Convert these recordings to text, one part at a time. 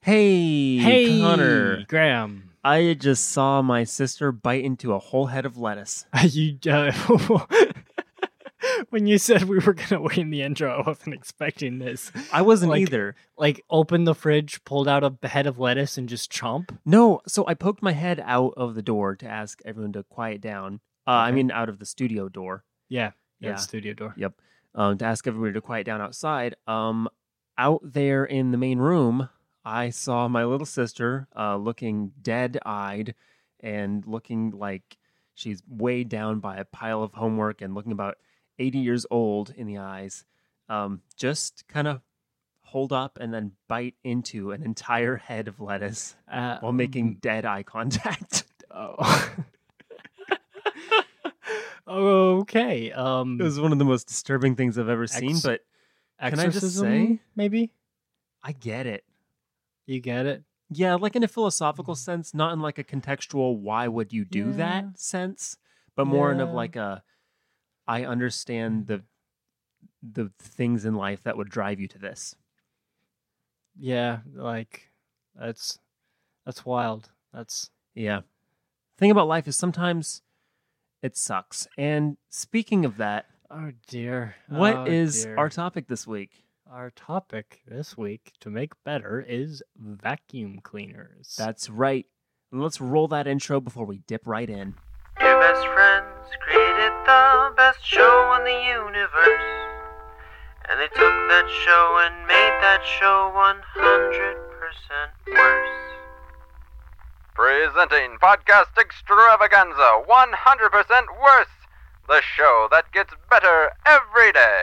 Hey, Hey, Connor. Graham. I just saw my sister bite into a whole head of lettuce. You uh, when you said we were gonna win the intro, I wasn't expecting this. I wasn't Like- either. Like, opened the fridge, pulled out a head of lettuce, and just chomp. No, so I poked my head out of the door to ask everyone to quiet down. Uh, I Okay. mean, out of the studio door, Yeah, yeah. Yeah. Studio door. um, to ask everybody to quiet down outside. Um, out there in the main room, I saw my little sister uh, looking dead eyed and looking like she's weighed down by a pile of homework and looking about 80 years old in the eyes. Um, just kind of hold up and then bite into an entire head of lettuce Uh, while making dead eye contact. Oh. okay. Um, it was one of the most disturbing things I've ever seen, Ex- but can I just exorcism, say- maybe I get it. you get it. Yeah, like in a philosophical sense, not in like a contextual why would you do Mm-hmm. Yeah. that sense, but more in of Yeah. like a I understand the the things in life that would drive you to this. Yeah, like that's that's wild. That's Yeah. Thing about life is sometimes it sucks. And speaking of that, oh dear. what oh is dear. our topic this week? Our topic this week to make better is vacuum cleaners. That's right. And let's roll that intro before we dip right in. Your best friends created the best show in the universe. And they took that show and made that show 100% worse. Presenting Podcast Extravaganza 100% Worse, the show that gets better every day.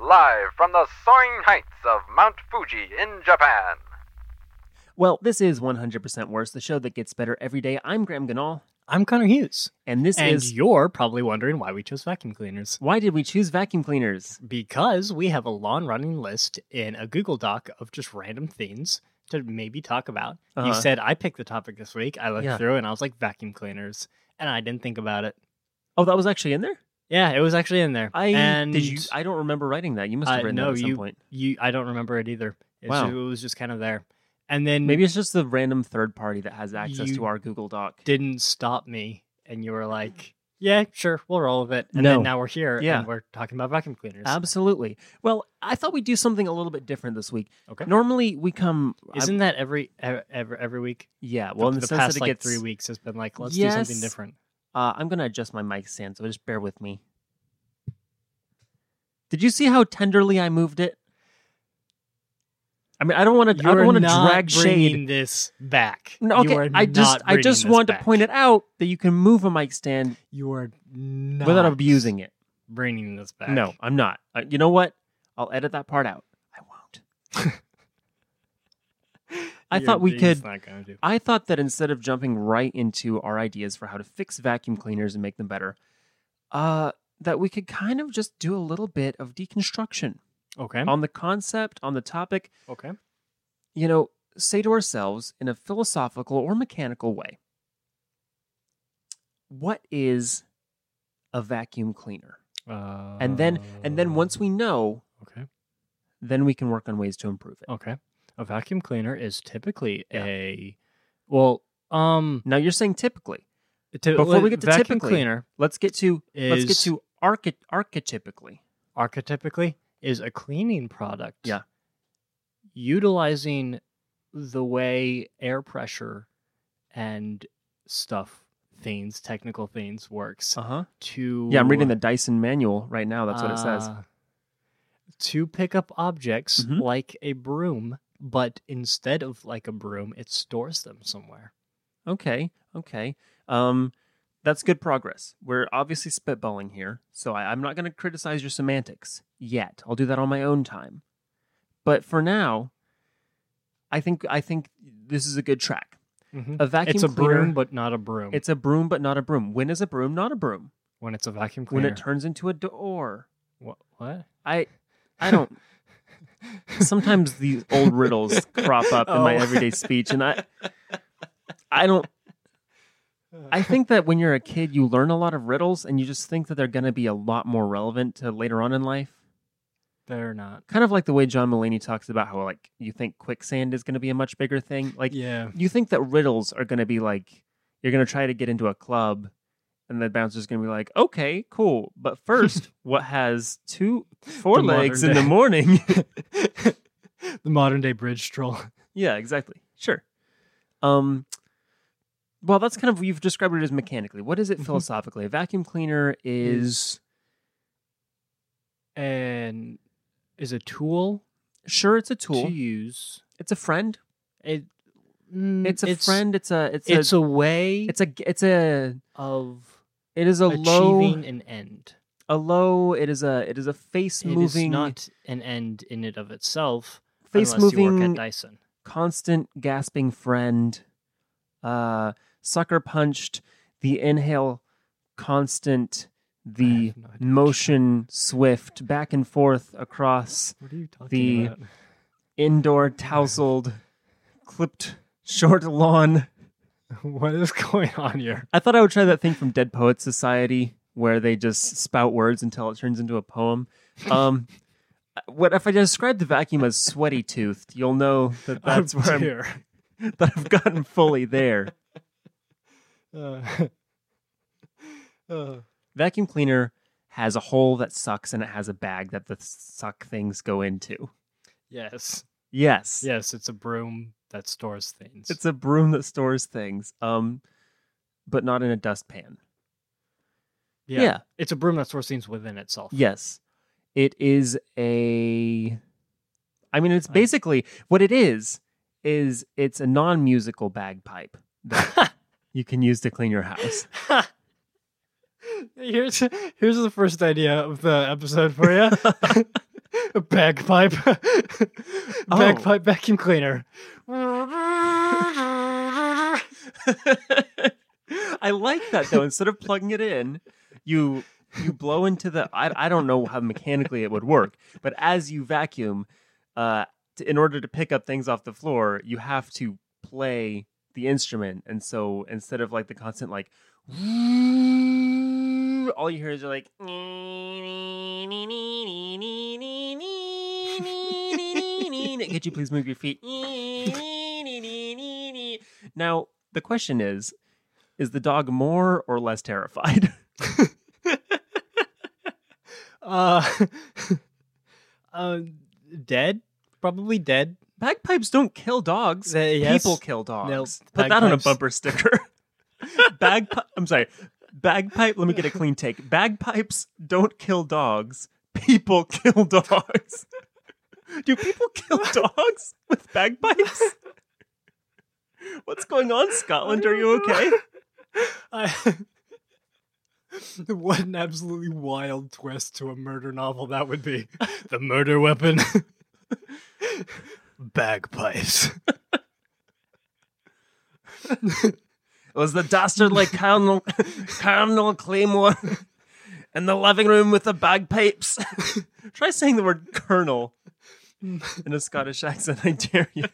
Live from the soaring heights of Mount Fuji in Japan. Well, this is 100% worse, the show that gets better every day. I'm Graham Ganal, I'm Connor Hughes, and this and is you're probably wondering why we chose vacuum cleaners. Why did we choose vacuum cleaners? Because we have a long running list in a Google Doc of just random things to maybe talk about. Uh-huh. You said I picked the topic this week. I looked Yeah. through and I was like vacuum cleaners, and I didn't think about it. Oh, that was actually in there. Yeah, it was actually in there. I and did you? I don't remember writing that. You must have Uh, written no, that at some you- point. you I don't remember it either. It's Wow. ju- it was just kind of there. And then Maybe it's just the random third party that has access You to our Google Doc. didn't stop me and you were like, Yeah, sure, we'll roll with it. And No. then now we're here Yeah. and we're talking about vacuum cleaners. Absolutely. Well, I thought we'd do something a little bit different this week. Okay. Normally we come. I- Isn't that every e, every, every week? yeah. Well, in the, the, the sense past that it like gets three weeks has been like, let's do Yes. something different. Uh, I'm gonna adjust my mic stand, so just bear with me. Did you see how tenderly I moved it? I mean, I don't want to. I You're don't want to not drag shade. bringing this back. No, You okay. are I just not I bringing just this want back. to point it out that you can move a mic stand You are not without abusing it. bringing this back. No, I'm not. Uh, you know what? I'll edit that part out. I won't. I You're- thought we you're could. just not gonna do. I thought that instead of jumping right into our ideas for how to fix vacuum cleaners and make them better, uh, that we could kind of just do a little bit of deconstruction Okay. on the concept, on the topic. Okay. You know, say to ourselves in a philosophical or mechanical way, what is a vacuum cleaner? Uh, And then, and then once we know okay. then we can work on ways to improve it. Okay. A vacuum cleaner is typically Yeah. a well, um Now you're saying typically. to, Before we well, get to vacuum typically- cleaner Let's get to let's get Is- to archi- archetypically. archetypically is a cleaning product. Yeah. Utilizing the way air pressure and stuff things, technical things works Uh huh. to Yeah, I'm reading the Dyson manual right now. That's what it says. Uh, To pick up objects Mhm. like a broom, but instead of like a broom, it stores them somewhere. Okay. Okay. Um, that's good progress. We're obviously spitballing here, so I, I'm not going to criticize your semantics yet. I'll do that on my own time. But for now, I think I think this is a good track. A vacuum it's a cleaner. broom, but not a broom. it's a broom, but not a broom. When is a broom not a broom? when it's a vacuum When cleaner. it turns into a door. Wha- what? I I don't sometimes these old riddles crop up in my Oh. everyday speech and I I don't I think that when you're a kid you learn a lot of riddles and you just think that they're going to be a lot more relevant to later on in life. They're not. Kind of like the way John Mulaney talks about how like you think quicksand is going to be a much bigger thing. Like yeah. you think that riddles are going to be like you're going to try to get into a club and the bouncer's going to be like okay cool but first what has two four The modern legs in the day. morning the modern day bridge troll. yeah exactly sure um well that's kind of you've described it as mechanically what is it Mhm. philosophically a vacuum cleaner is and is a tool, sure it's a tool to use. it's a friend It, mm, it's a friend it's a it's, It's a, a way it's a it's a of it is a low achieving an end. a low it is a it is a face It is moving not an end in and of itself. face unless you work at moving Dyson. constant gasping friend, uh, sucker punched, the inhale constant, I have the no idea what you- motion swift back and forth across What are you talking the- about? indoor tousled, clipped short lawn. What is going on here? I thought I would try that thing from Dead Poets Society where they just spout words until it turns into a poem. Um, what if I describe the vacuum as sweaty toothed? You'll know that that's Oh, where I'm, dear. that I've gotten fully there. Uh, uh, vacuum cleaner has a hole that sucks and it has a bag that the suck things go into. yes, Yes. yes, it's a broom that stores things. It's a broom that stores things, um, but not in a dustpan. yeah. it's a broom that stores things within itself. Yes. It is a. I mean, it's I- basically what it is, is it's a non musical bagpipe that you can use to clean your house. here's here's the first idea of the episode for you. a bagpipe, Oh. bagpipe vacuum cleaner. Uh, I like that though. Instead of plugging it in, you you blow into the. I I don't know how mechanically it would work, but as you vacuum, uh, t- in order to pick up things off the floor, you have to play the instrument, and so instead of like the constant like. All you hear is you're like, could you please move your feet? Now, the question is is the dog more or less terrified? Uh, uh, dead, probably dead. Bagpipes don't kill dogs. They- yes. People kill dogs. Put No, that on a bagpipes- bumper sticker. Bagpipe. I'm sorry. Bagpipe. Let me get a clean take. Bagpipes don't kill dogs. People kill dogs. Do people kill dogs with bagpipes? What's going on, Scotland? Are Oh you okay? I, what an absolutely wild twist to a murder novel that would be. The murder weapon. Bagpipes. It was the dastardly Colonel, Colonel Claymore in the living room with the bagpipes. Try saying the word colonel in a Scottish accent, I dare you.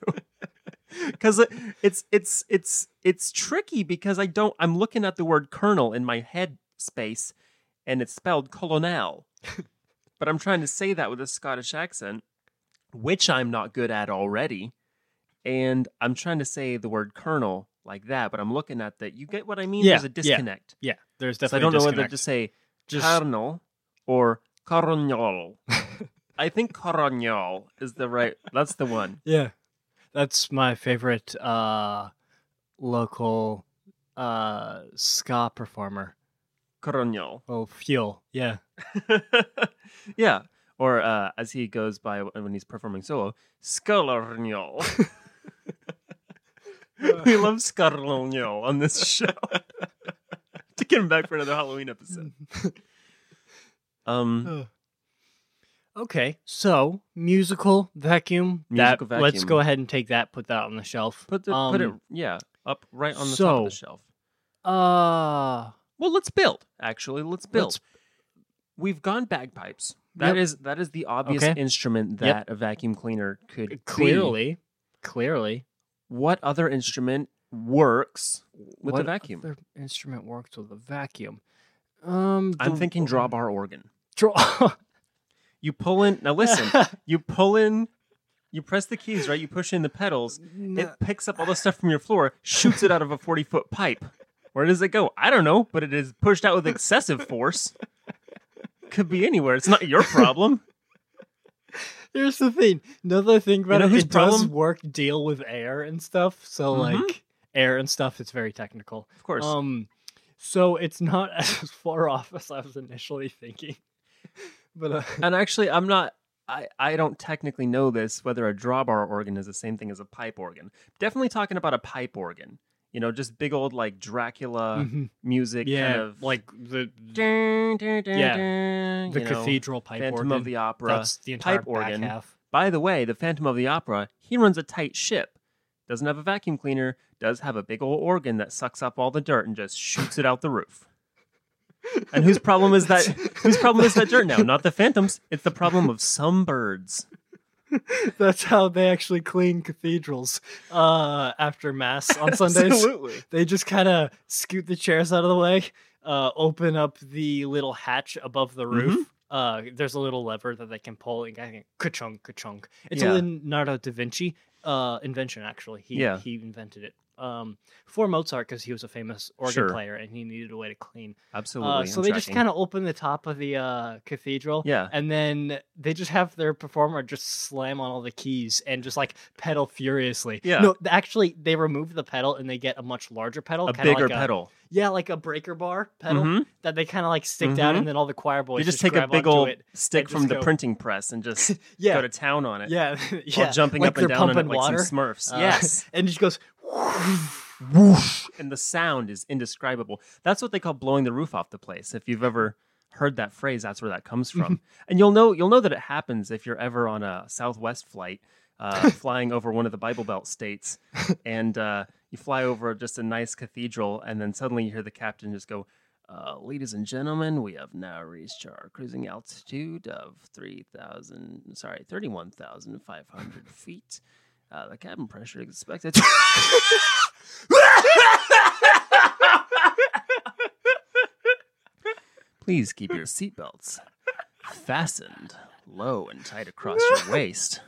Because it's it's it's it's tricky because I don't I'm looking at the word colonel in my head space, and it's spelled colonel, but I'm trying to say that with a Scottish accent, which I'm not good at already and I'm trying to say the word kernel like that, but I'm looking at that. You get what I mean? Yeah, There's a yeah. disconnect. Yeah, there's So I definitely. don't know a whether disconnect. to say Just- kernel or coronol. I think coronol is the right. That's the one. Yeah, that's my favorite uh, local uh, ska performer. Coronol. Oh, fuel. Yeah, yeah. Or uh, as he goes by when he's performing solo, scarlonol. we love scarlonol on this show. to get him back for another Halloween episode. Um, okay, so musical vacuum. Musical that, Let's vacuum. go ahead and take that. Put that on the shelf. Put the, put it Um, yeah up right on the top of the so, shelf. Um, Uh, Well, let's build. Actually, let's build. let's- We've gone bagpipes. That Yep. is that is the obvious Okay. instrument that Yep. a vacuum cleaner could be. clearly, clearly, What other instrument works with what a vacuum? other instrument works with a vacuum. Um, I'm the- thinking drawbar organ. Draw. You pull in. Now listen. you pull in. You press the keys, right? You push in the pedals. uh, It picks up all the stuff from your floor, shoots it out of a 40 foot pipe. Where does it go? I don't know, but it is pushed out with excessive force. Could be anywhere. It's not your problem. Here's the thing. Another thing about know it, whose it does problem- work deal with air and stuff. So Mhm. like air and stuff, it's very technical. Of course. Um, so it's not as far off as I was initially thinking. But uh, and actually, I'm not. I, I don't technically know this whether a drawbar organ is the same thing as a pipe organ. Definitely talking about a pipe organ. You know, just big old like Dracula mhm. music, yeah, Uh, kind of like the dun, dun, dun, Yeah. dun, the you know, cathedral pipe Phantom organ. of the Opera. That's the entire pipe back organ. half. By the way, the Phantom of the Opera, he runs a tight ship. Doesn't have a vacuum cleaner, does have a big old organ that sucks up all the dirt and just shoots it out the roof. And whose problem is that whose problem is that dirt now? Not the phantoms. It's the problem of some birds. That's how they actually clean cathedrals uh, after mass on Sundays. Absolutely. they just kind of scoot the chairs out of the way, uh, open up the little hatch above the Mm-hmm. roof. Uh, there's a little lever that they can pull, and I think ka-chunk, ka-chunk. It's Yeah. a Leonardo da Vinci uh, invention, actually. He Yeah. he invented it um, for Mozart because he was a famous organ Sure. player and he needed a way to clean. Absolutely. Uh, so I'm they just tracking. kind of open the top of the uh, cathedral, Yeah. and then they just have their performer just slam on all the keys and just like pedal furiously. Yeah. No, th- actually, they remove the pedal and they get a much larger pedal, a kinda bigger like pedal. A, yeah, like a breaker bar pedal Mhm. that they kind of like stick down, Mhm. and then all the choir boys You just, just take a grab big onto old it. stick and from just the go- printing press and just Yeah. go to town on it. yeah, While yeah, jumping like up and they're down on it pumping like water. some Smurfs. Uh, yes. and it just goes. whoosh, and the sound is indescribable. That's what they call blowing the roof off the place. If you've ever heard that phrase, that's where that comes from. and you'll know you'll know that it happens if you're ever on a Southwest flight, uh, flying over one of the Bible Belt states, and uh, you fly over just a nice cathedral, and then suddenly you hear the captain just go. Uh, ladies and gentlemen, we have now reached our cruising altitude of 3,000, sorry, 31,500 feet. Uh, the cabin pressure is expected. Please keep your seatbelts fastened low and tight across your waist.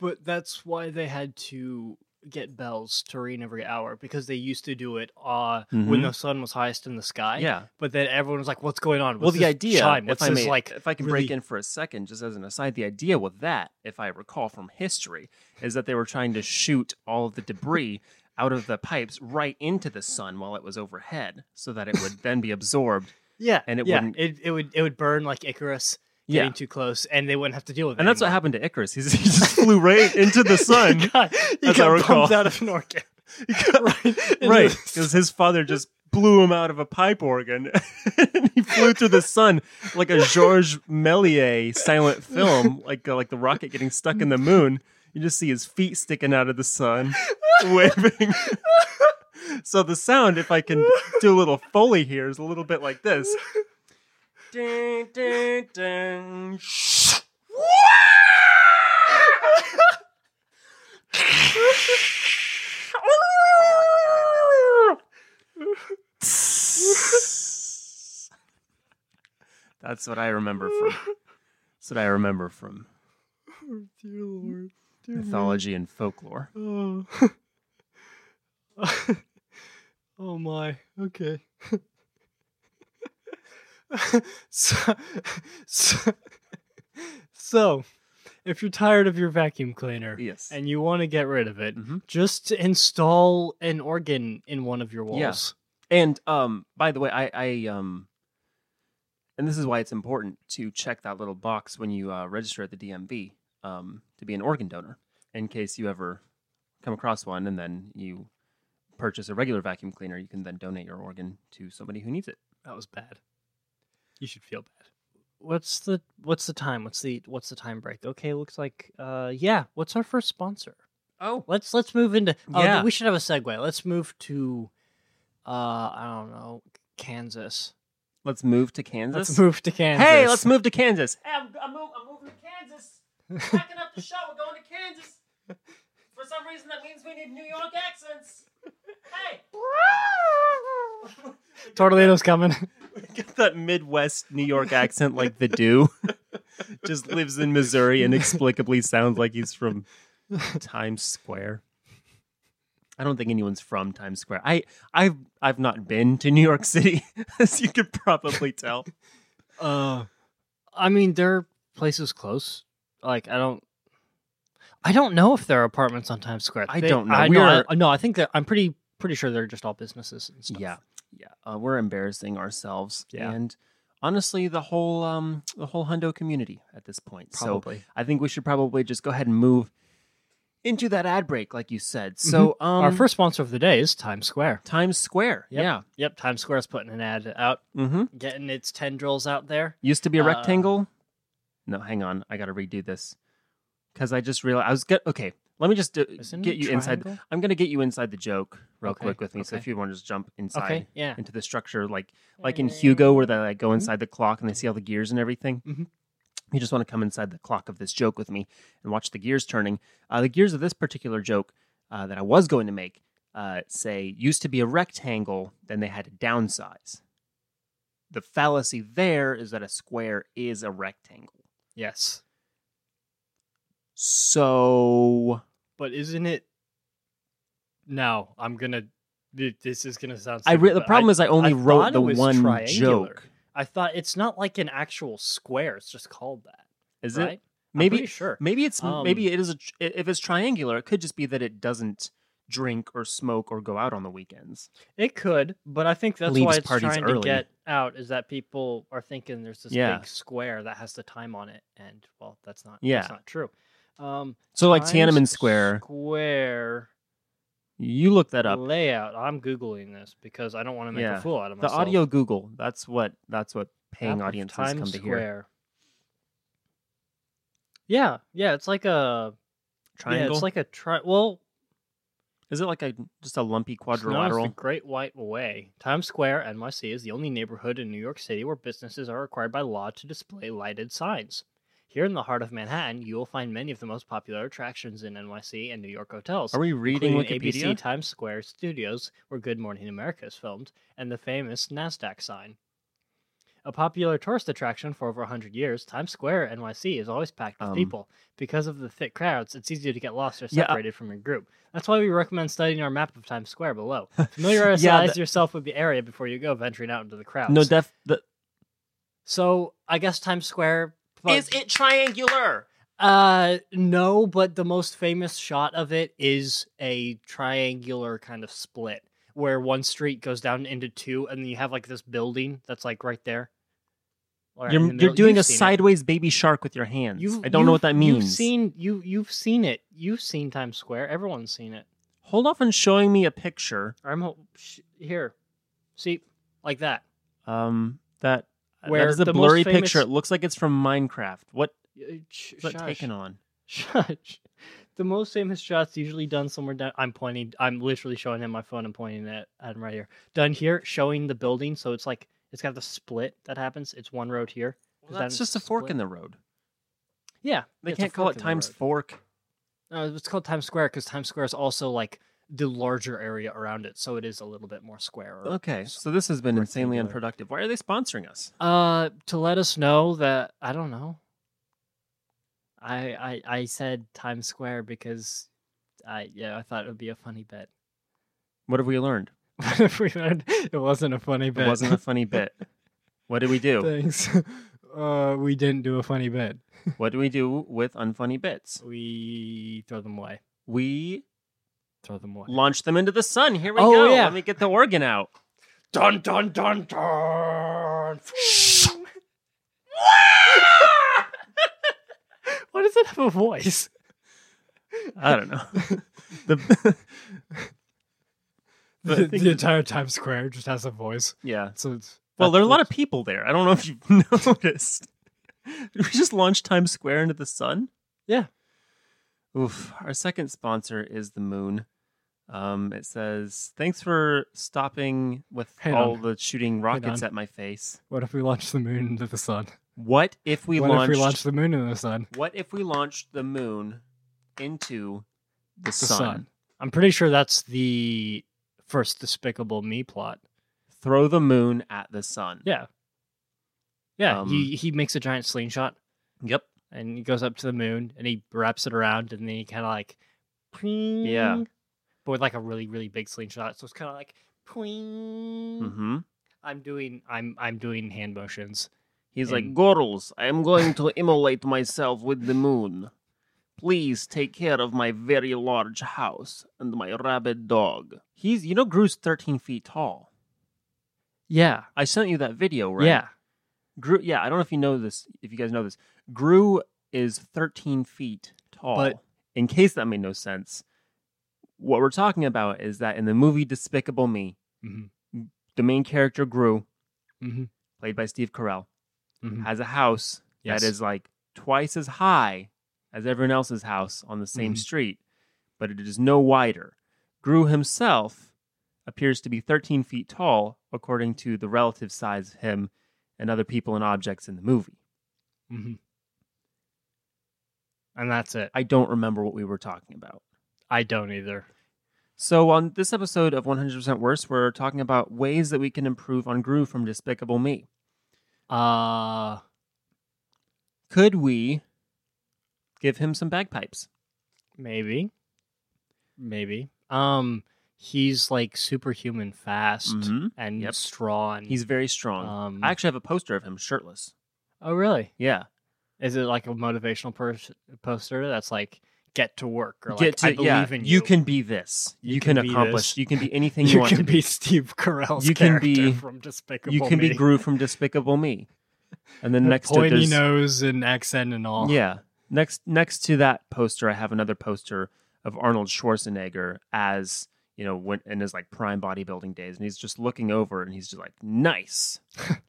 But that's why they had to get bells to ring every hour because they used to do it uh, when Mhm. the sun was highest in the sky. Yeah. But then everyone was like, "What's going on?" well, What's the this idea, chime? if What's I this, may, like, if I can break really-" in for a second, just as an aside, the idea with that, if I recall from history, is that they were trying to shoot all of the debris out of the pipes right into the sun while it was overhead, so that it would then be absorbed. yeah, and it yeah, wouldn't- It, it would it would burn like Icarus Yeah. getting too close, and they wouldn't have to deal with it. And that's what anymore. happened to Icarus. He's, he just flew right into the sun. He got, as he I got recall. pumped out of an organ. right, into right the because his father just blew him out of a pipe organ and he flew through the sun like a georges méliès silent film like uh, like the rocket getting stuck in the moon you just see his feet sticking out of the sun waving so the sound if i can do a little foley here is a little bit like this Dun, dun, dun. That's what I remember from. That's what I remember from dear lord, dear mythology and folklore. lord. Oh. oh my. Okay. so, so, so, if you're tired of your vacuum cleaner Yes. and you want to get rid of it, Mhm. just install an organ in one of your Yeah. walls. And um, by the way, I, I um, and this is why it's important to check that little box when you uh, register at the DMV um, to be an organ donor, in case you ever come across one, and then you purchase a regular vacuum cleaner, you can then donate your organ to somebody who needs it. That was bad. You should feel bad. What's the what's the time? What's the what's the time break? Okay, looks like uh yeah, what's our first sponsor? Oh, Let's let's move into oh, Yeah. we should have a segue. Let's move to uh I don't know, Kansas. let's move to Kansas. Let's move to Kansas. Hey, let's move to Kansas. Hey, I'm, I'm, move, I'm moving to Kansas. Packing up the show. We're going to Kansas. For some reason, that means we need New York accents. Hey. Tornado's coming. We got that Midwest New York accent, like the do, just lives in Missouri and inexplicably sounds like he's from Times Square. I don't think anyone's from Times Square. I I've I've not been to New York City, as you could probably tell. Uh, I mean, there are places close. Like, I don't, I don't know if there are apartments on Times Square. I They- don't know. I, We no, are- I, no, I think that I'm pretty pretty sure they're just all businesses and stuff. Yeah, yeah, uh, we're embarrassing ourselves, Yeah. and honestly, the whole um the whole Hundo community at this point. So probably. I think we should probably just go ahead and move into that ad break, like you said. So um, Mm-hmm. Our first sponsor of the day is Times Square. Times Square. Yep. Yeah. Yep, Times Square's putting an ad out, Mm-hmm. getting its tendrils out there. Used to be a Uh, rectangle. No, hang on. I got to redo this because I just realized I was good. Okay, let me just do, Isn't it get you inside. triangle? I'm gonna get you inside the joke real Okay, quick with me. So okay. if you want to just jump inside Okay, yeah. into the structure, like like in Hugo, where they like Mm-hmm. go inside the clock and they see all the gears and everything. Mhm. You just want to come inside the clock of this joke with me and watch the gears turning. Uh, the gears of this particular joke uh, that I was going to make uh, say used to be a rectangle, then they had to downsize. The fallacy there is that a square is a rectangle. Yes. So But isn't it? No, I'm gonna. th- This is gonna sound. I re- the problem is I only I wrote thought the it was one triangular. joke. I thought it's not like an actual square. It's just called that. Is right? it? Maybe I'm pretty sure. Maybe it's maybe Um, it is a tr- i- if it's triangular, it could just be that it doesn't drink or smoke or go out on the weekends. It could, but I think that's Leaves why it's parties trying early. to get out is that people are thinking there's this Yeah. big square that has the time on it, and well, that's not. Yeah. that's not true. Um, So like Times Tiananmen Square, Square you look that up. layout. I'm googling this because I don't want to make Yeah. a fool out of The myself. audio Google. That's what that's what paying Map of audiences Times come to hear. Square. Yeah, yeah, it's like a Triangle. Yeah, it's like a tri. Well, is it like a just a lumpy it's known as quadrilateral? The Great White Way. Times Square, NYC, is the only neighborhood in New York City where businesses are required by law to display lighted signs. Here in the heart of Manhattan, you will find many of the most popular attractions in NYC and New York hotels. Are we reading including Wikipedia? ABC Times Square Studios, where Good Morning America is filmed, and the famous NASDAQ sign. A popular tourist attraction for over 100 years, Times Square, NYC, is always packed with Um, people. Because of the thick crowds, it's easy to get lost or Yeah, I- separated from your group. That's why we recommend studying our map of Times Square below. Familiarize Yeah, that- yourself with the area before you go venturing out into the crowds. No, def the so I guess Times Square. but- Is it triangular? Uh, no, but the most famous shot of it is a triangular kind of split where one street goes down into two, and then you have like this building that's like right there. Or in you're the you're middle. doing You've a seen it. sideways baby shark with your hands. You've- I don't know you've- what that means. You've seen you you've seen it. You've seen Times Square. Everyone's seen it. Hold off on showing me a picture. I'm ho- sh- here. See, like that. Um, that Where that is a the most blurry famous- picture. It looks like it's from Minecraft. What Y- uh, sh- is that shush. taken on? Shush. The most famous shot's usually done somewhere down. I'm pointing. I'm literally showing him my phone and pointing at, at him right here. Done here, showing the building. So it's like it's got the split that happens. It's one road here. Is that that's just a fork in the road. Yeah, They it's a can't call fork it in the Times road. Fork. No, it's called Times Square because Times Square is also like the larger area around it, so it is a little bit more square. Okay, so this has been insanely Rectangular. unproductive. Why are they sponsoring us? Uh, to let us know that I don't know. I I I said Times Square because I yeah I thought it would be a funny bet. What have we learned? What if we learned it wasn't a funny It bit? wasn't a funny bit. What did we do? Thanks. Uh, we didn't do a funny bit. What do we do with unfunny bits? We throw them away. We Throw them away. launch them into the sun. Here we Oh, go. yeah. Let me get the organ out. Dun dun dun dun. Why does it have a voice? I don't know. the But I The, think- the entire Times Square just has a voice. yeah. So it's, Well, there are a lot of people there. I don't know if you've noticed. Did we just launch Times Square into the sun? Yeah. Oof. Our second sponsor is the moon. Um, it says, "Thanks for stopping with Hang all on. the shooting rockets on. at my face." What if we launch the moon into the sun? What if we what launched? if we launch the moon into the sun? What if we launched the moon into the, The sun? sun. I'm pretty sure that's the first Despicable Me plot. Throw the moon at the sun. Yeah. Yeah, Um, he he makes a giant slingshot Yep. and he goes up to the moon and he wraps it around and then he kind of like, Yeah. "Pwing," but with like a really really big slingshot. So it's kind of like, "Pwing." Mm-hmm. I'm doing I'm I'm doing hand motions. He's like, And- Girls, I am going to immolate myself with the moon. Please take care of my very large house and my rabid dog. He's, you know, Gru's 13 feet tall. Yeah, I sent you that video, right? yeah, Gru, yeah, I don't know if you know this, if you guys know this. Gru is 13 feet tall. But- in case that made no sense, what we're talking about is that in the movie Despicable Me, Mhm. the main character Gru, mm-hmm. played by Steve Carell, Mhm. has a house Yes. that is like twice as high as everyone else's house on the same Mhm. street, but it is no wider. Gru himself appears to be 13 feet tall, according to the relative size of him and other people and objects in the movie. Mm-hmm. And that's it. I don't remember what we were talking about. I don't either. So, on this episode of 100% Worse, we're talking about ways that we can improve on Gru from Despicable Me. Uh Could we give him some bagpipes? maybe. Maybe. Um he's like superhuman fast Mhm. and Yep. strong. He's very strong. um I actually have a poster of him shirtless. Oh really? Yeah. Is it like a motivational pers- poster that's like get to work or like Get to I believe yeah, in you. you. can be this. You, can, can be accomplish. this. You can be anything you, you want can to be Steve Carell's You can character be- from Despicable you can Me. be Gru from Despicable Me. And then next to it, pointy there's nose and accent and all. yeah. Next next to that poster, I have another poster of Arnold Schwarzenegger as you know when in his like prime bodybuilding days, and he's just looking over and he's just like nice,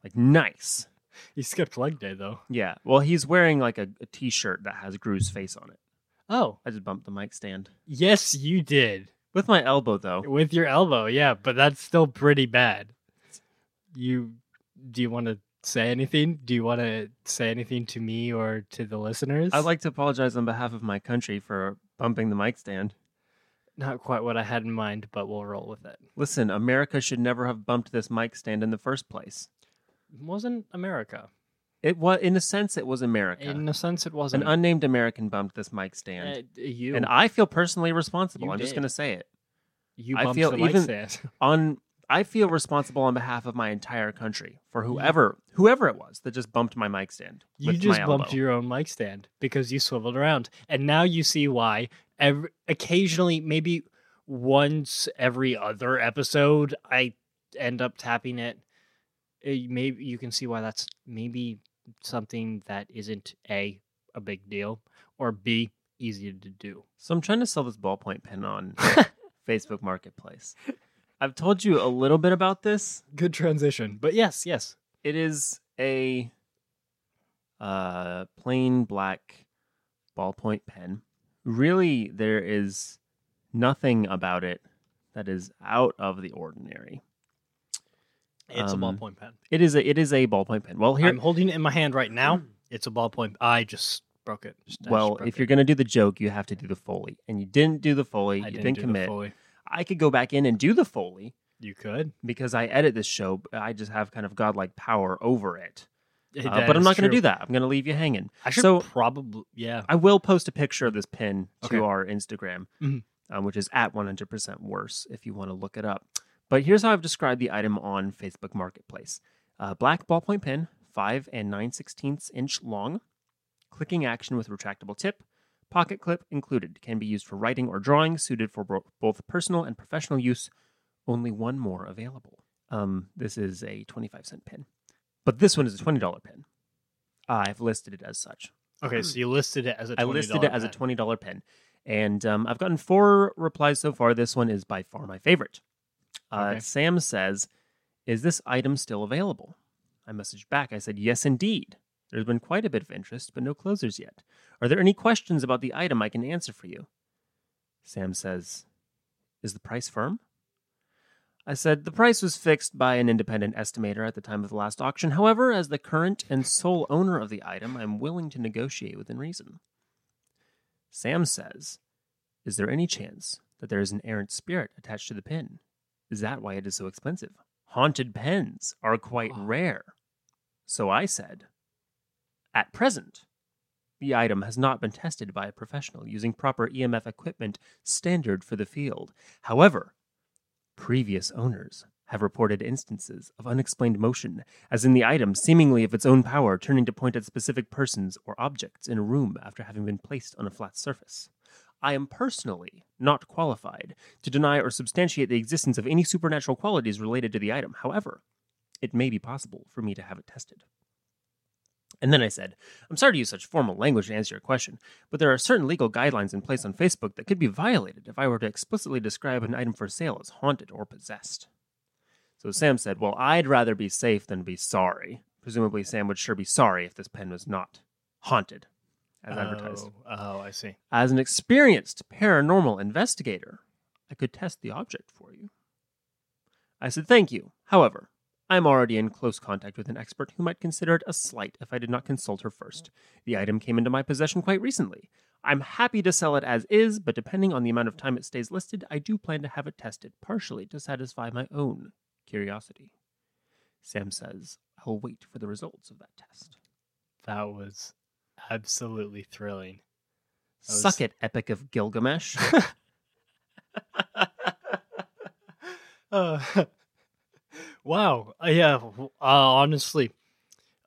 like nice. He skipped leg day though. Yeah. Well, he's wearing like a, a t-shirt that has Gru's face on it. Oh. I just bumped the mic stand Yes, you did. with my elbow though. With your elbow, yeah, but that's still pretty bad. You do you want to say anything? Do you want to say anything to me or to the listeners? I'd like to apologize on behalf of my country for bumping the mic stand. not quite what I had in mind, but we'll roll with it. Listen, America should never have bumped this mic stand in the first place. Wasn't America. It was, in a sense, it was America. In a sense it An wasn't. unnamed American bumped this mic stand, Uh, you and I feel personally responsible. You I'm just did. going to say it. you I bumped feel the mic even- stand. On I feel responsible on behalf of my entire country for whoever whoever it was that just bumped my mic stand. You with my just bumped elbow. your own mic stand because you swiveled around. And now you see why every, occasionally, maybe once every other episode, I end up tapping it. Eh, Maybe you can see why that's maybe something that isn't A, a big deal, or B, easy to do. So I'm trying to sell this ballpoint pen on Facebook Marketplace. I've told you a little bit about this. Good transition. But yes, yes. it is a uh, plain black ballpoint pen. Really, there is nothing about it that is out of the ordinary. It's a Um, ballpoint pen. It is a it is a ballpoint pen. Well, here, I'm holding it in my hand right now. It's a ballpoint. I just broke it. Just- I just well, broke if it. you're gonna do the joke, you have to do the foley, and you didn't do the foley. I you didn't, didn't, do the commit. Foley. I could go back in and do the foley You could. because I edit this show. but I just have kind of godlike power over it. Eh, Uh, that but I'm is not gonna true. do that. I'm gonna leave you hanging. I should So- probably yeah. I will post a picture of this pin Okay. to our Instagram, Mhm. um, which is at 100% worse if you want to look it up. But here's how I've described the item on Facebook Marketplace uh, black ballpoint pen, 5 and 9 sixteenths inch long, clicking action with retractable tip, pocket clip included. Can be used for writing or drawing, suited for bro- both personal and professional use. Only one more available. Um, this is a 25 cent pin, but this one is a $20 pin. I've listed it as such. Okay, so you listed it as a. I listed it as a twenty dollar pen, and um, I've gotten four replies so far. This one is by far my favorite. Uh, Okay. Sam says, "Is this item still available?" I messaged back. I said, "Yes, indeed. There's been quite a bit of interest, but no closers yet. Are there any questions about the item I can answer for you?" Sam says, "Is the price firm?" I said, the price was fixed by an independent estimator at the time of the last auction. However, as the current and sole owner of the item, I'm willing to negotiate within reason. Sam says, Is there any chance that there is an errant spirit attached to the pin? Is that why it is so expensive? Haunted pens are quite Oh. rare. So I said, At present, the item has not been tested by a professional using proper EMF equipment standard for the field. However, previous owners have reported instances of unexplained motion, as in the item seemingly of its own power turning to point at specific persons or objects in a room after having been placed on a flat surface. I am personally not qualified to deny or substantiate the existence of any supernatural qualities related to the item. However, it may be possible for me to have it tested. And then I said, I'm sorry to use such formal language to answer your question, but there are certain legal guidelines in place on Facebook that could be violated if I were to explicitly describe an item for sale as haunted or possessed. So Sam said, Well, I'd rather be safe than be sorry. Presumably, Sam would sure be sorry if this pen was not haunted, as advertised. Oh, oh, I see. As an experienced paranormal investigator, I could test the object for you. I said, Thank you. However, I'm already in close contact with an expert who might consider it a slight if I did not consult her first. The item came into my possession quite recently. I'm happy to sell it as is, but depending on the amount of time it stays listed, I do plan to have it tested, partially to satisfy my own curiosity. Sam says, I'll wait for the results of that test. That was absolutely thrilling. I was- Suck it, Epic of Gilgamesh. Uh, wow. Uh, yeah. w- Uh, honestly,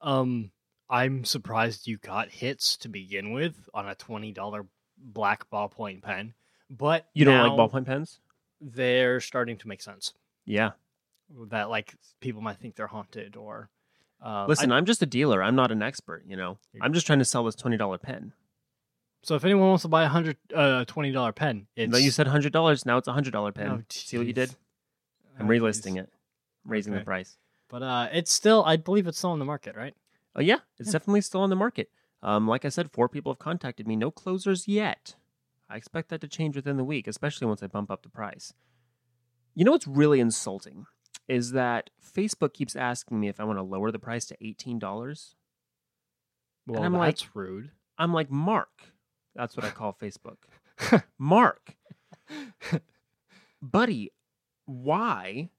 um, I'm surprised you got hits to begin with on a twenty dollar black ballpoint pen. But You don't now like ballpoint pens? They're starting to make sense. Yeah. That like people might think they're haunted or. Uh, Listen, I- I, am just a dealer. I'm not an expert, you know. I'm just trying to sell this $20 pen. so if anyone wants to buy a hundred uh, twenty dollar pen, it's No, you said $100. Now it's a $100 pen. Oh, See what you did? jeez. Oh, I'm relisting it, I'm raising Okay. the price. But uh, it's still, I believe it's still on the market, right? Oh, yeah. It's Yeah. definitely still on the market. Um, like I said, four people have contacted me. No closers yet. I expect that to change within the week, especially once I bump up the price. You know what's really insulting is that Facebook keeps asking me if I want to lower the price to $18. Well, I'm like- that's rude. I'm like, Mark. That's what I call Facebook. Mark. Buddy, why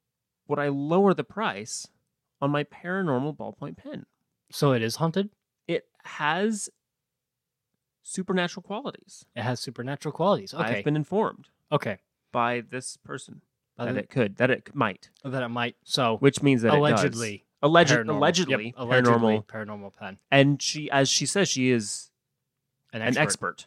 would I lower the price on my paranormal ballpoint pen? So it is haunted. It has supernatural qualities. It has supernatural qualities. Okay. I've been informed okay. by this person By that the- it could, that it might, that it might. So which means that it does. Oh. allegedly, Alleged, paranormal. allegedly, Yep, allegedly paranormal, paranormal pen. and she, as she says, she is An an expert. expert.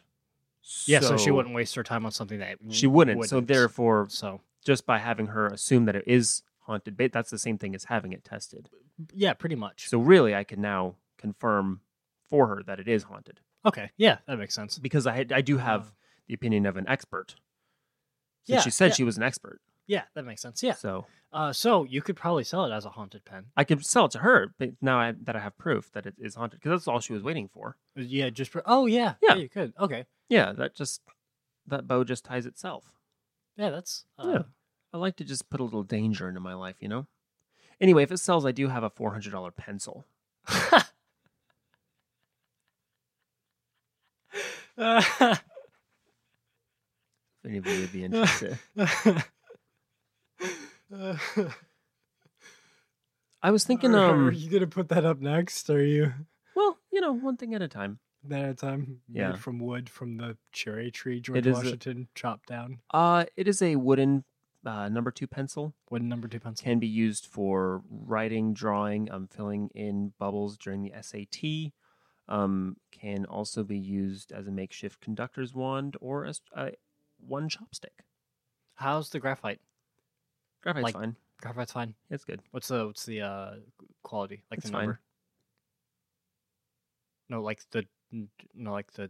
Yeah. So, she wouldn't waste her time on something that She wouldn't. So therefore, So just by having her assume that it is haunted, ba- that's the same thing as having it tested. yeah, pretty much. So really, I can now confirm for her that it is haunted okay. Yeah, that makes sense. because I had- I do have Uh, the opinion of an expert. So yeah. she said yeah, she was an expert. yeah, that makes sense. Yeah. So Uh, so you could probably sell it as a haunted pen. I could sell it to her, but now I, that I have proof that it is haunted, because that's all she was waiting for. Yeah. Just for, oh yeah, Yeah. You could. Okay. Yeah, that just that bow just ties itself. Yeah. That's uh, Yeah. I like to just put a little danger into my life, you know. Anyway, if it sells, I do have a four hundred dollar pencil. If anybody would be interested. I was thinking, um, you gonna put that up next? Are you Well, you know, one thing at a time. that a um, time? made Yeah. from wood from the cherry tree George is a- Washington chopped down. Uh, it is a wooden uh, number two pencil. What number two pencil? Can be used for writing, drawing, um, filling in bubbles during the SAT. Um, can also be used as a makeshift conductor's wand or as uh, one chopstick. How's the graphite? Graphite's Like- fine. Graphite's fine. It's good. What's the what's the uh quality? Like It's the fine. number? No, like the n- no, like the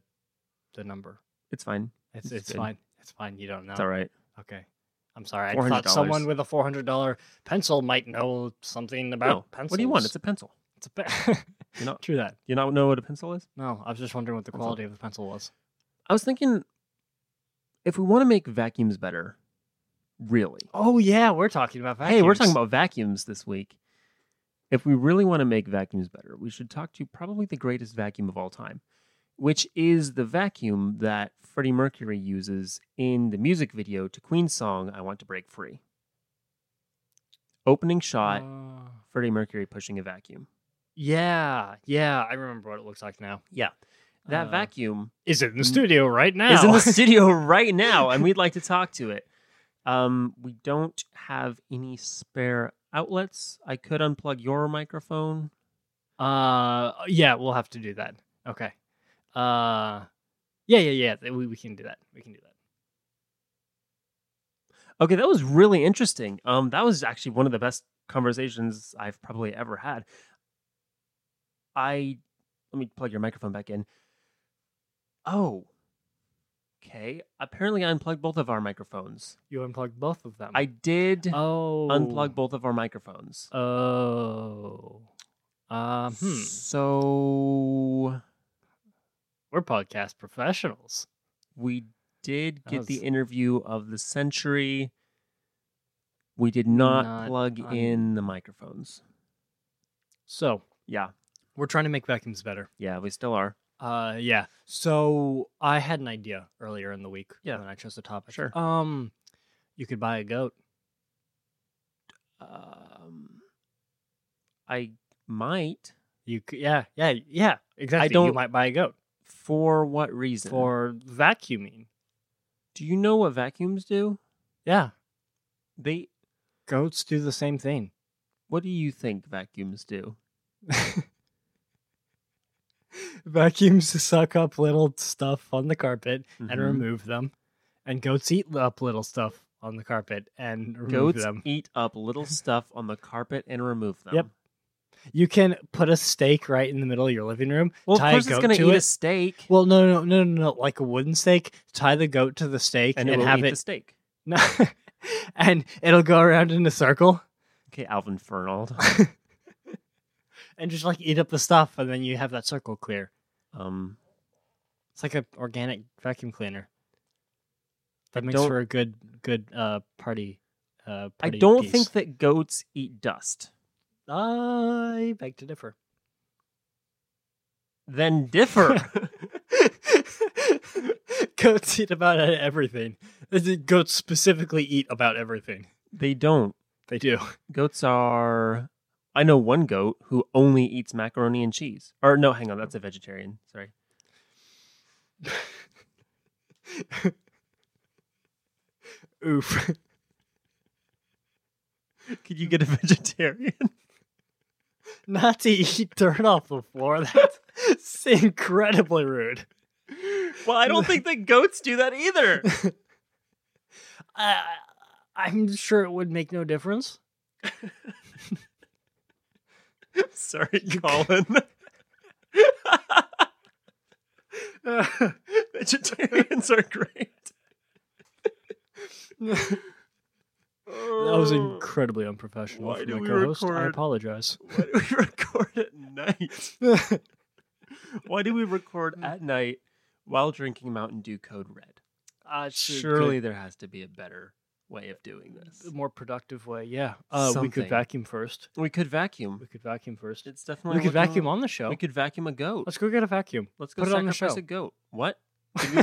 the number. It's fine. It's It's it's, good. fine. It's fine. You don't know. It's all right. Okay. I'm sorry. I thought someone $400. with a four hundred dollar pencil might know something about No. pencils. What do you want? It's a pencil. It's a pe- You know, True that. you not know what a pencil is? No, I was just wondering what the Pencil. quality of the pencil was. I was thinking, if we want to make vacuums better, really, Oh yeah, we're talking about vacuums. Hey, we're talking about vacuums this week. If we really want to make vacuums better, we should talk to probably the greatest vacuum of all time, which is the vacuum that Freddie Mercury uses in the music video to Queen's song I Want to Break Free. Opening shot, Uh, Freddie Mercury pushing a vacuum. Yeah, yeah, I remember what it looks like now. Yeah, That Uh, vacuum is it in Mm. the studio right now? is in the studio right now, and we'd like to talk to it. Um, we don't have any spare outlets. I could unplug your microphone. Uh, yeah, we'll have to do that. Okay. Uh, yeah, yeah, yeah. th- We, we can do that. We can do that. Okay, that was really interesting. Um, that was actually one of the best conversations I've probably ever had. I let me plug your microphone back in. Oh, okay. Apparently, I unplugged both of our microphones. You unplug both of them. I did Um, oh unplug both of our microphones. Oh. Um, hmm. So We're podcast professionals. we did That get the was- interview of the century. We did not, Not plug un- in the microphones. So Yeah, we're trying to make vacuums better. yeah, we still are. Uh, yeah. So I had an idea earlier in the week. Yeah. When I chose the topic. Sure. Um, you could buy a goat. Um, I might. You could, yeah, yeah, yeah. Exactly. You don't- might buy a goat For what reason? for vacuuming. do you know what vacuums do? Yeah. They. Goats do the same thing. What do you think vacuums do? Vacuums suck up little stuff on the carpet Mhm. and remove them. and goats eat up little stuff on the carpet and remove Goats them. eat up little stuff on the carpet and remove them. Yep. You can put a steak right in the middle of your living room. Well, of tie course a it's goat going to to eat a it. steak, Well, no, no, no, no, no, like a wooden stake. Tie the goat to the stake and and, it will have eat the it, steak. no, and it'll go around in a circle Okay, Alvin Fernald. and just like eat up the stuff, and then you have that circle clear. um, It's like a organic vacuum cleaner. That I makes don't- for a good, good uh party. Uh, I party don't piece. think that goats eat dust. I beg to differ. Then differ. goats eat about everything. Goats specifically eat about everything. they don't. They do. Goats are. I know one goat who only eats macaroni and cheese. Or no, hang on, that's a vegetarian. Sorry. Oof. Could you get a vegetarian? Not to eat dirt off the floor. That's incredibly rude. well, I don't think that goats do that either. Uh, I'm sure it would make no difference. Sorry, Colin. Vegetarians are great. that was Oh, incredibly unprofessional Why from do my we co-host. I record? apologize. Why do we record at night? Uh, Why do we record at night while drinking Mountain Dew Code Red? Uh, Surely there has to be a better way of doing Mm, this. more productive way. Yeah. Uh, we Something. could vacuum first. We could vacuum. We could vacuum first. It's definitely We could looking- vacuum on the show. We could vacuum a goat. Let's go get a vacuum. Let's go put it on the sacrifice show. a goat. What? Did we,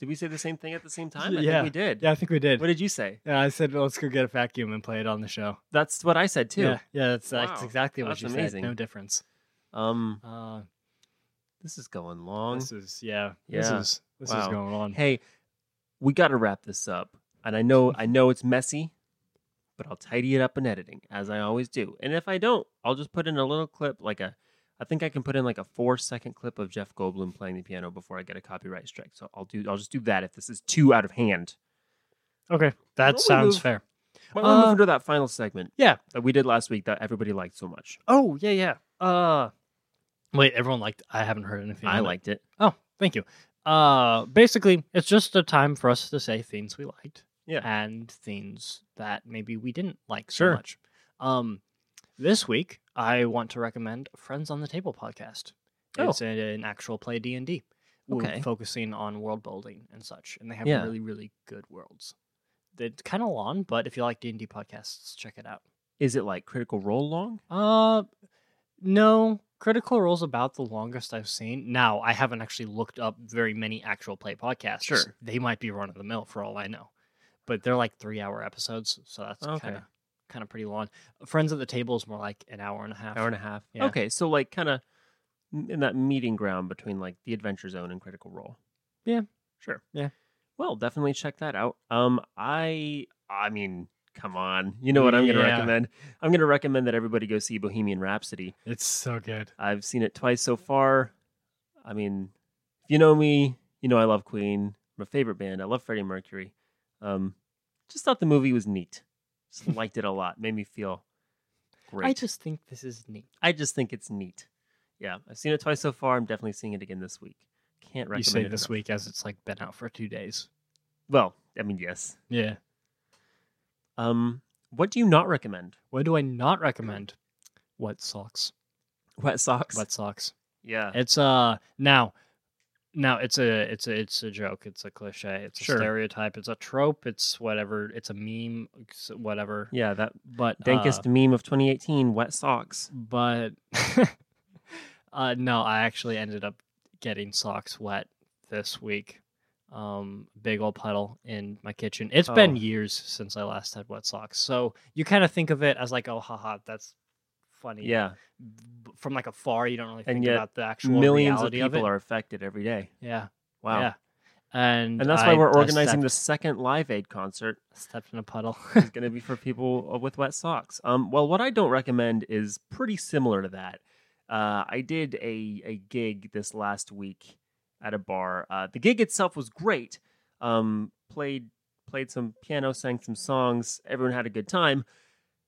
did we say the same thing at the same time? I Yeah. think we did. Yeah, I think we did. What did you say? yeah, I said Said, let's go get a vacuum and play it on the show. That's what I said too. Yeah, yeah, that's, that's Wow, exactly what that's you amazing. said. No difference. Um, Uh, this is going long. this is yeah. This Yeah. is this is Wow. going on. Hey, we got to wrap this up. And I know I know it's messy, but I'll tidy it up in editing as I always do. And if I don't, I'll just put in a little clip like a I think I can put in like a 4 second clip of Jeff Goldblum playing the piano before I get a copyright strike. So I'll do I'll just do that if this is too out of hand. Okay, don't that we sounds move- fair. Why don't we Uh, move to that final segment Yeah. that we did last week that everybody liked so much. Oh yeah yeah. Uh, wait, everyone liked. I haven't heard anything. I on it. liked it. Oh, thank you. Uh, basically, it's just a time for us to say things we liked. Yeah. And things that maybe we didn't like Sure. so much. Um, this week I want to recommend Friends on the Table podcast. Oh. It's an, an actual play D and D. Okay. Focusing on world building and such, and they have Yeah. really really good worlds. It's kind of long, but if you like D and D podcasts, check it out. Is it like Critical Role long? Uh, no. Critical Role's about the longest I've seen. Now, I haven't actually looked up very many actual play podcasts. Sure. They might be run of the mill for all I know. But they're like three hour episodes, so that's Okay. kind of kind of pretty long. Friends at the table is more like an hour and a half. hour and a half. Yeah. Okay, so like kind of in that meeting ground between like the Adventure Zone and Critical Role. Yeah. sure. Yeah. well, definitely check that out. Um, I, I mean, come on, you know what I'm going to Yeah. recommend? I'm going to recommend that everybody go see Bohemian Rhapsody. It's so good. I've seen it twice so far. I mean, if you know me, you know I love Queen. My favorite band. I love Freddie Mercury. Um, just thought the movie was neat. Just liked it a lot. Made me feel great. I just think this is neat. I just think it's neat. Yeah, I've seen it twice so far. I'm definitely seeing it again this week. Can't recommend You say it this enough. week as it's like been out for two days. Well, I mean, yes. Yeah. Um, what do you not recommend? What do I not recommend? Wet socks. Wet socks. Wet socks. Yeah. It's uh now, now it's a it's a it's a joke. It's a cliche. It's a Sure. stereotype. It's a trope. It's whatever. It's a meme. it's Whatever. yeah, that But uh, dankest meme of 2018. Wet socks. but uh, no, I actually ended up getting socks wet this week. Um, big old puddle in my kitchen. It's been Oh. years since I last had wet socks, so you kind of think of it as like, oh, haha, that's funny. Yeah, B- From like afar, you don't really And think yet about the actual millions of reality people it. are affected every day. yeah. Wow. Yeah. And And that's why I- we're I organizing the stepped, second Live Aid concert. stepped in a puddle. is going to be for people uh, with wet socks. Um, well, what I don't recommend is pretty similar to that. Uh, I did a a gig this last week at a bar. Uh, the gig itself was great. Um, played played some piano, sang some songs. Everyone had a good time.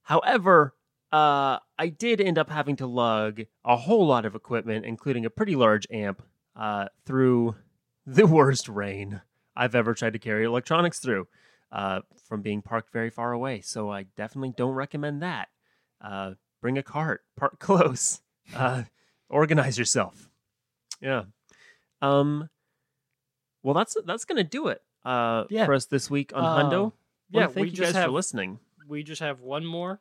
However, uh, I did end up having to lug a whole lot of equipment, including a pretty large amp, uh, through the worst rain I've ever tried to carry electronics through uh, from being parked very far away. So I definitely don't recommend that. Uh, bring a cart, park close, uh, organize yourself. Yeah. Um. Well, that's that's gonna do it. Uh, Yeah. for us this week on Uh, Hundo. yeah, Wanna thank we you just guys have for listening. we just have one more,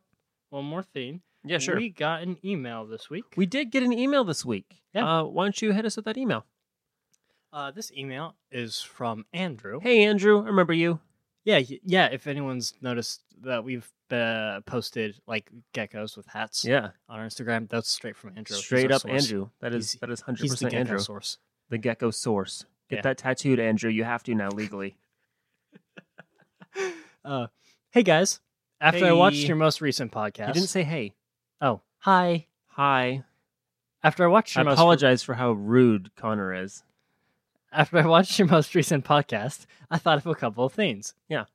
one more thing. Yeah, sure. We got an email this week. We did get an email this week. Yeah. Uh, why don't you hit us with that email? Uh, this email is from Andrew. Hey, Andrew, I remember you. Yeah, y- yeah. If anyone's noticed that we've uh, posted like geckos with hats Yeah, on our Instagram, that's straight from Andrew. He's straight our up source. Andrew. That is He's- that is hundred He's the percent gecko Andrew, source. the gecko source. Get Yeah. that tattooed, Andrew. You have to now legally. Uh, hey guys, after I watched Hey. your most recent podcast, You didn't say hey. Oh, hi. Hi. After I watched your I most apologize for how rude Connor is. after I watched your most recent podcast, I thought of a couple of things. Yeah.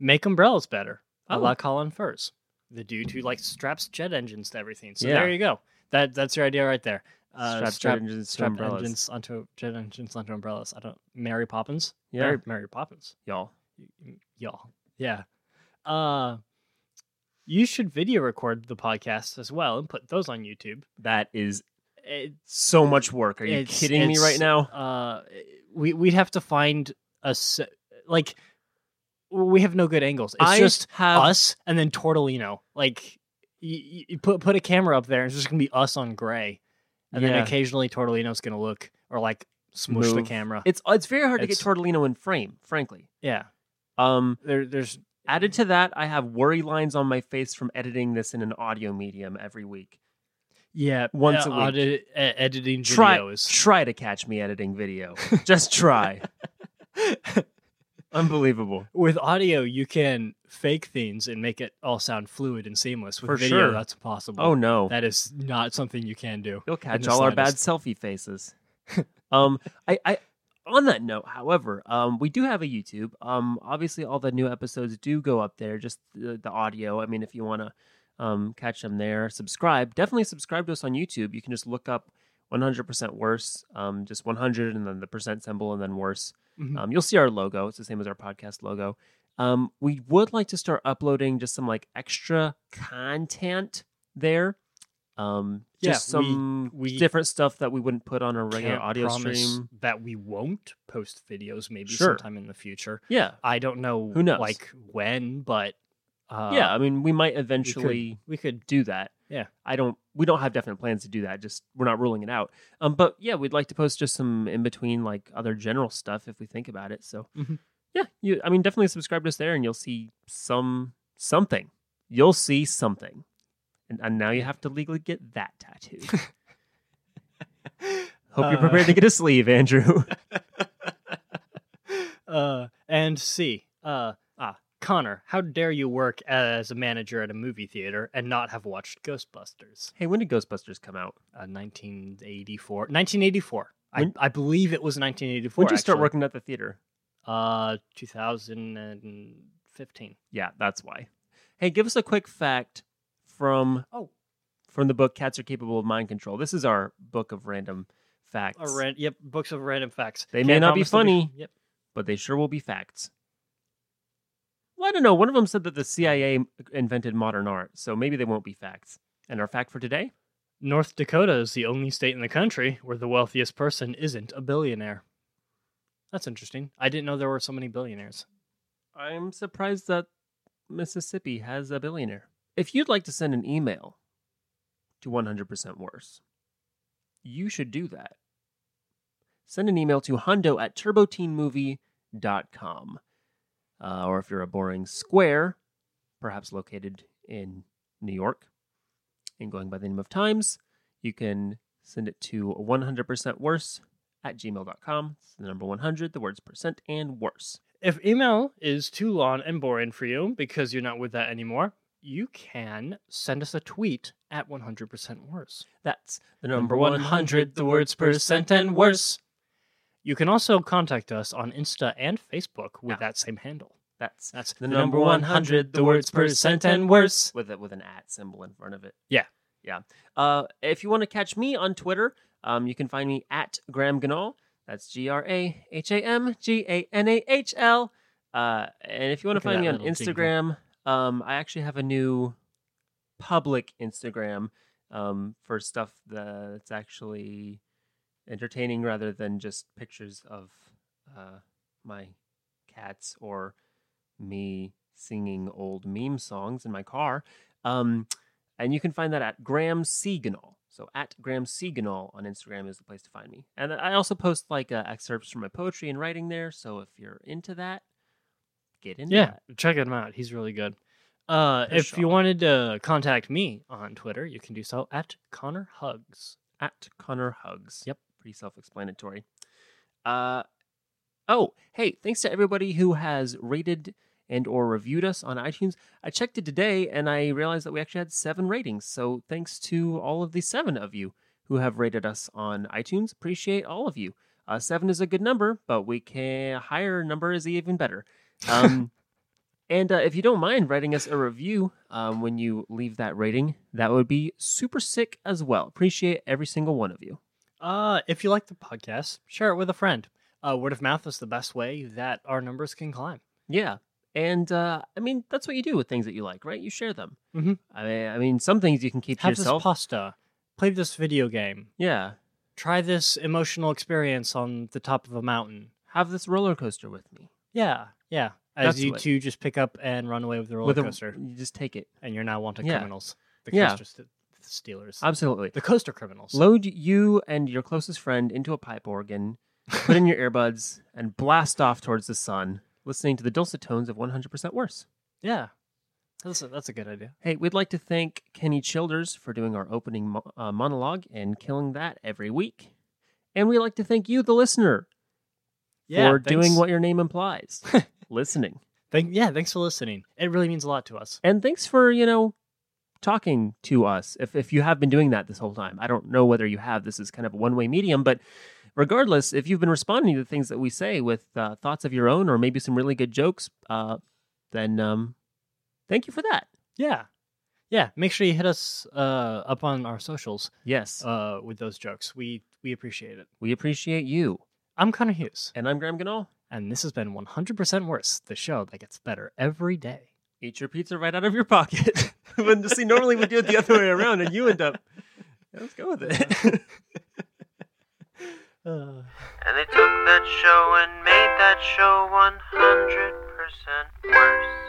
Make umbrellas better. I Oh. like Colin Furs. The dude who like straps jet engines to everything. So Yeah. there you go. That that's your idea right there. Uh, strap, strap- jet engines to strap umbrellas. engines onto jet engines onto umbrellas. I don't Mary Poppins. Yeah, Mary, Mary Poppins. y'all. Y- y- Y'all. Yeah. Uh you should video record the podcast as well and put those on YouTube. That is It, so much work. Are you It's- kidding me it's- right now? uh we we'd have to find a s- like we have no good angles. It's I just have us and then Tortolino. Like you, you put put a camera up there, and it's just gonna be us on gray, and then Yeah. occasionally Tortolino's gonna look or like smush the Move. camera. It's it's very hard to It's- get Tortolino in frame, frankly. yeah, Um, there there's added to that, I have worry lines on my face from editing this in an audio medium every week. yeah Once uh, a week. audit- uh, editing Try videos. try to catch me editing video. Just try. Unbelievable. With audio, you can fake things and make it all sound fluid and seamless. With For video, sure. that's impossible. Oh no. that is not something you can do. You'll catch the all our bad selfie faces. um, I, I, on that note, however, um, we do have a YouTube. Um, obviously, all the new episodes do go up there, just the, the audio. I mean, if you want to um, catch them there, subscribe. Definitely subscribe to us on YouTube. You can just look up 100% worse, um, just 100 and then the percent symbol and then worse. Mhm. Um, you'll see our logo. It's the same as our podcast logo. Um, we would like to start uploading just some like extra content there. Um, Yeah, just we- some we Mm, different stuff that we wouldn't put on a regular Can't audio promise stream. that we won't post videos maybe Sure. sometime in the future. Yeah, I don't know Who knows? like when, but uh, yeah. I mean, we might eventually we could do that. Yeah. I don't. We don't have definite plans to do that. Just we're not ruling it out. Um, but yeah, we'd like to post just some in between, like other general stuff if we think about it. So, Mhm. yeah, you. I mean, definitely subscribe to us there, and you'll see some something. you'll see something. And, and now you have to legally get that tattooed. Hope you're Uh, prepared to get a sleeve, Andrew. uh, and C. Uh, ah, Connor, how dare you work as a manager at a movie theater and not have watched Ghostbusters? hey, when did Ghostbusters come out? Uh, 1984. 1984. When- I, I believe it was 1984. When did you start actually. working at the theater? Uh, 2015. Yeah, that's why. Hey, give us a quick fact from Oh. from the book Cats Are Capable of Mind Control. This is our book of random facts, A ran- yep, books of random facts. They may not be promise they'll funny. yep. but they sure will be facts. Well, I don't know. One of them said that the CIA invented modern art, so maybe they won't be facts. And our fact for today? North Dakota is the only state in the country where the wealthiest person isn't a billionaire. That's interesting. I didn't know there were so many billionaires. I'm surprised that Mississippi has a billionaire. If you'd like to send an email to 100% worse, you should do that. Send an email to hundo at turboteenmovie.com. Uh, or if you're a boring square, perhaps located in New York and going by the name of Times, you can send it to 100% worse at gmail.com. It's the number 100, the words percent and worse. If email is too long and boring for you because you're not with that anymore, you can send us a tweet at 100% worse. That's the Number 100, the words percent and worse. You can also contact us on Insta and Facebook with Ah. that same handle. That's That's the number 100, the words percent and worse. With, a, with an at symbol in front of it. Yeah. Yeah. Uh, if you want to catch me on Twitter, um, you can find me at Graham Ganal. That's G R A H A M G A N A H L. Uh, and if you want to Look at find me that on little jingle. Instagram, um, I actually have a new public Instagram um, for stuff that's actually entertaining rather than just pictures of uh, my cats or me singing old meme songs in my car. Um, and you can find that at Graham Seaganall. So at Graham Seaganall on Instagram is the place to find me. And I also post like uh, excerpts from my poetry and writing there. So if you're into that, get into Yeah, that. check him out. He's really good. Uh, For if you sure. wanted to contact me on Twitter, you can do so at Connor Hugs. At Connor Hugs. Yep. Pretty self-explanatory. Uh, oh, hey, thanks to everybody who has rated and or reviewed us on iTunes. I checked it today and I realized that we actually had seven ratings. So thanks to all of the seven of you who have rated us on iTunes. Appreciate all of you. Uh, seven is a good number, but we can a higher number is even better. Um, and uh, if you don't mind writing us a review um, when you leave that rating, that would be super sick as well. Appreciate every single one of you. Uh, if you like the podcast, share it with a friend. Uh, word of mouth is the best way that our numbers can climb. Yeah. And uh, I mean, that's what you do with things that you like, right? You share them. Mhm. I, mean, I mean, some things you can keep to Have yourself. this pasta, play this video game, yeah. try this emotional experience on the top of a mountain. Have this roller coaster with me. Yeah, yeah. As That's you what- two just pick up and run away with the roller with a- coaster, you just take it. and you're now wanted Yeah. criminals. The Yeah. coaster st- stealers. Absolutely. the coaster criminals. Load you and your closest friend into a pipe organ, put in your earbuds, and blast off towards the sun, listening to the dulcet tones of 100% Worse. yeah, that's a, that's a good idea. Hey, we'd like to thank Kenny Childers for doing our opening mo- uh, monologue and killing that every week. And we'd like to thank you, the listener, for doing thanks. what your name implies listening. Thank, yeah, thanks for listening. It really means a lot to us. And thanks for, you know, talking to us. If if you have been doing that this whole time. I don't know whether you have. This is kind of a one-way medium, but regardless, if you've been responding to the things that we say with uh, thoughts of your own or maybe some really good jokes, uh, then um thank you for that. Yeah, yeah. Make sure you hit us uh, up on our socials Yes. uh, with those jokes. We we appreciate it. we appreciate you. I'm Connor Hughes, And I'm Graham Ganol. and this has been 100% worse, the show that gets better every day. Eat your pizza right out of your pocket. but see, normally we do it the other way around, and you end up. Let's go with it. Uh. And they took that show and made that show 100% worse.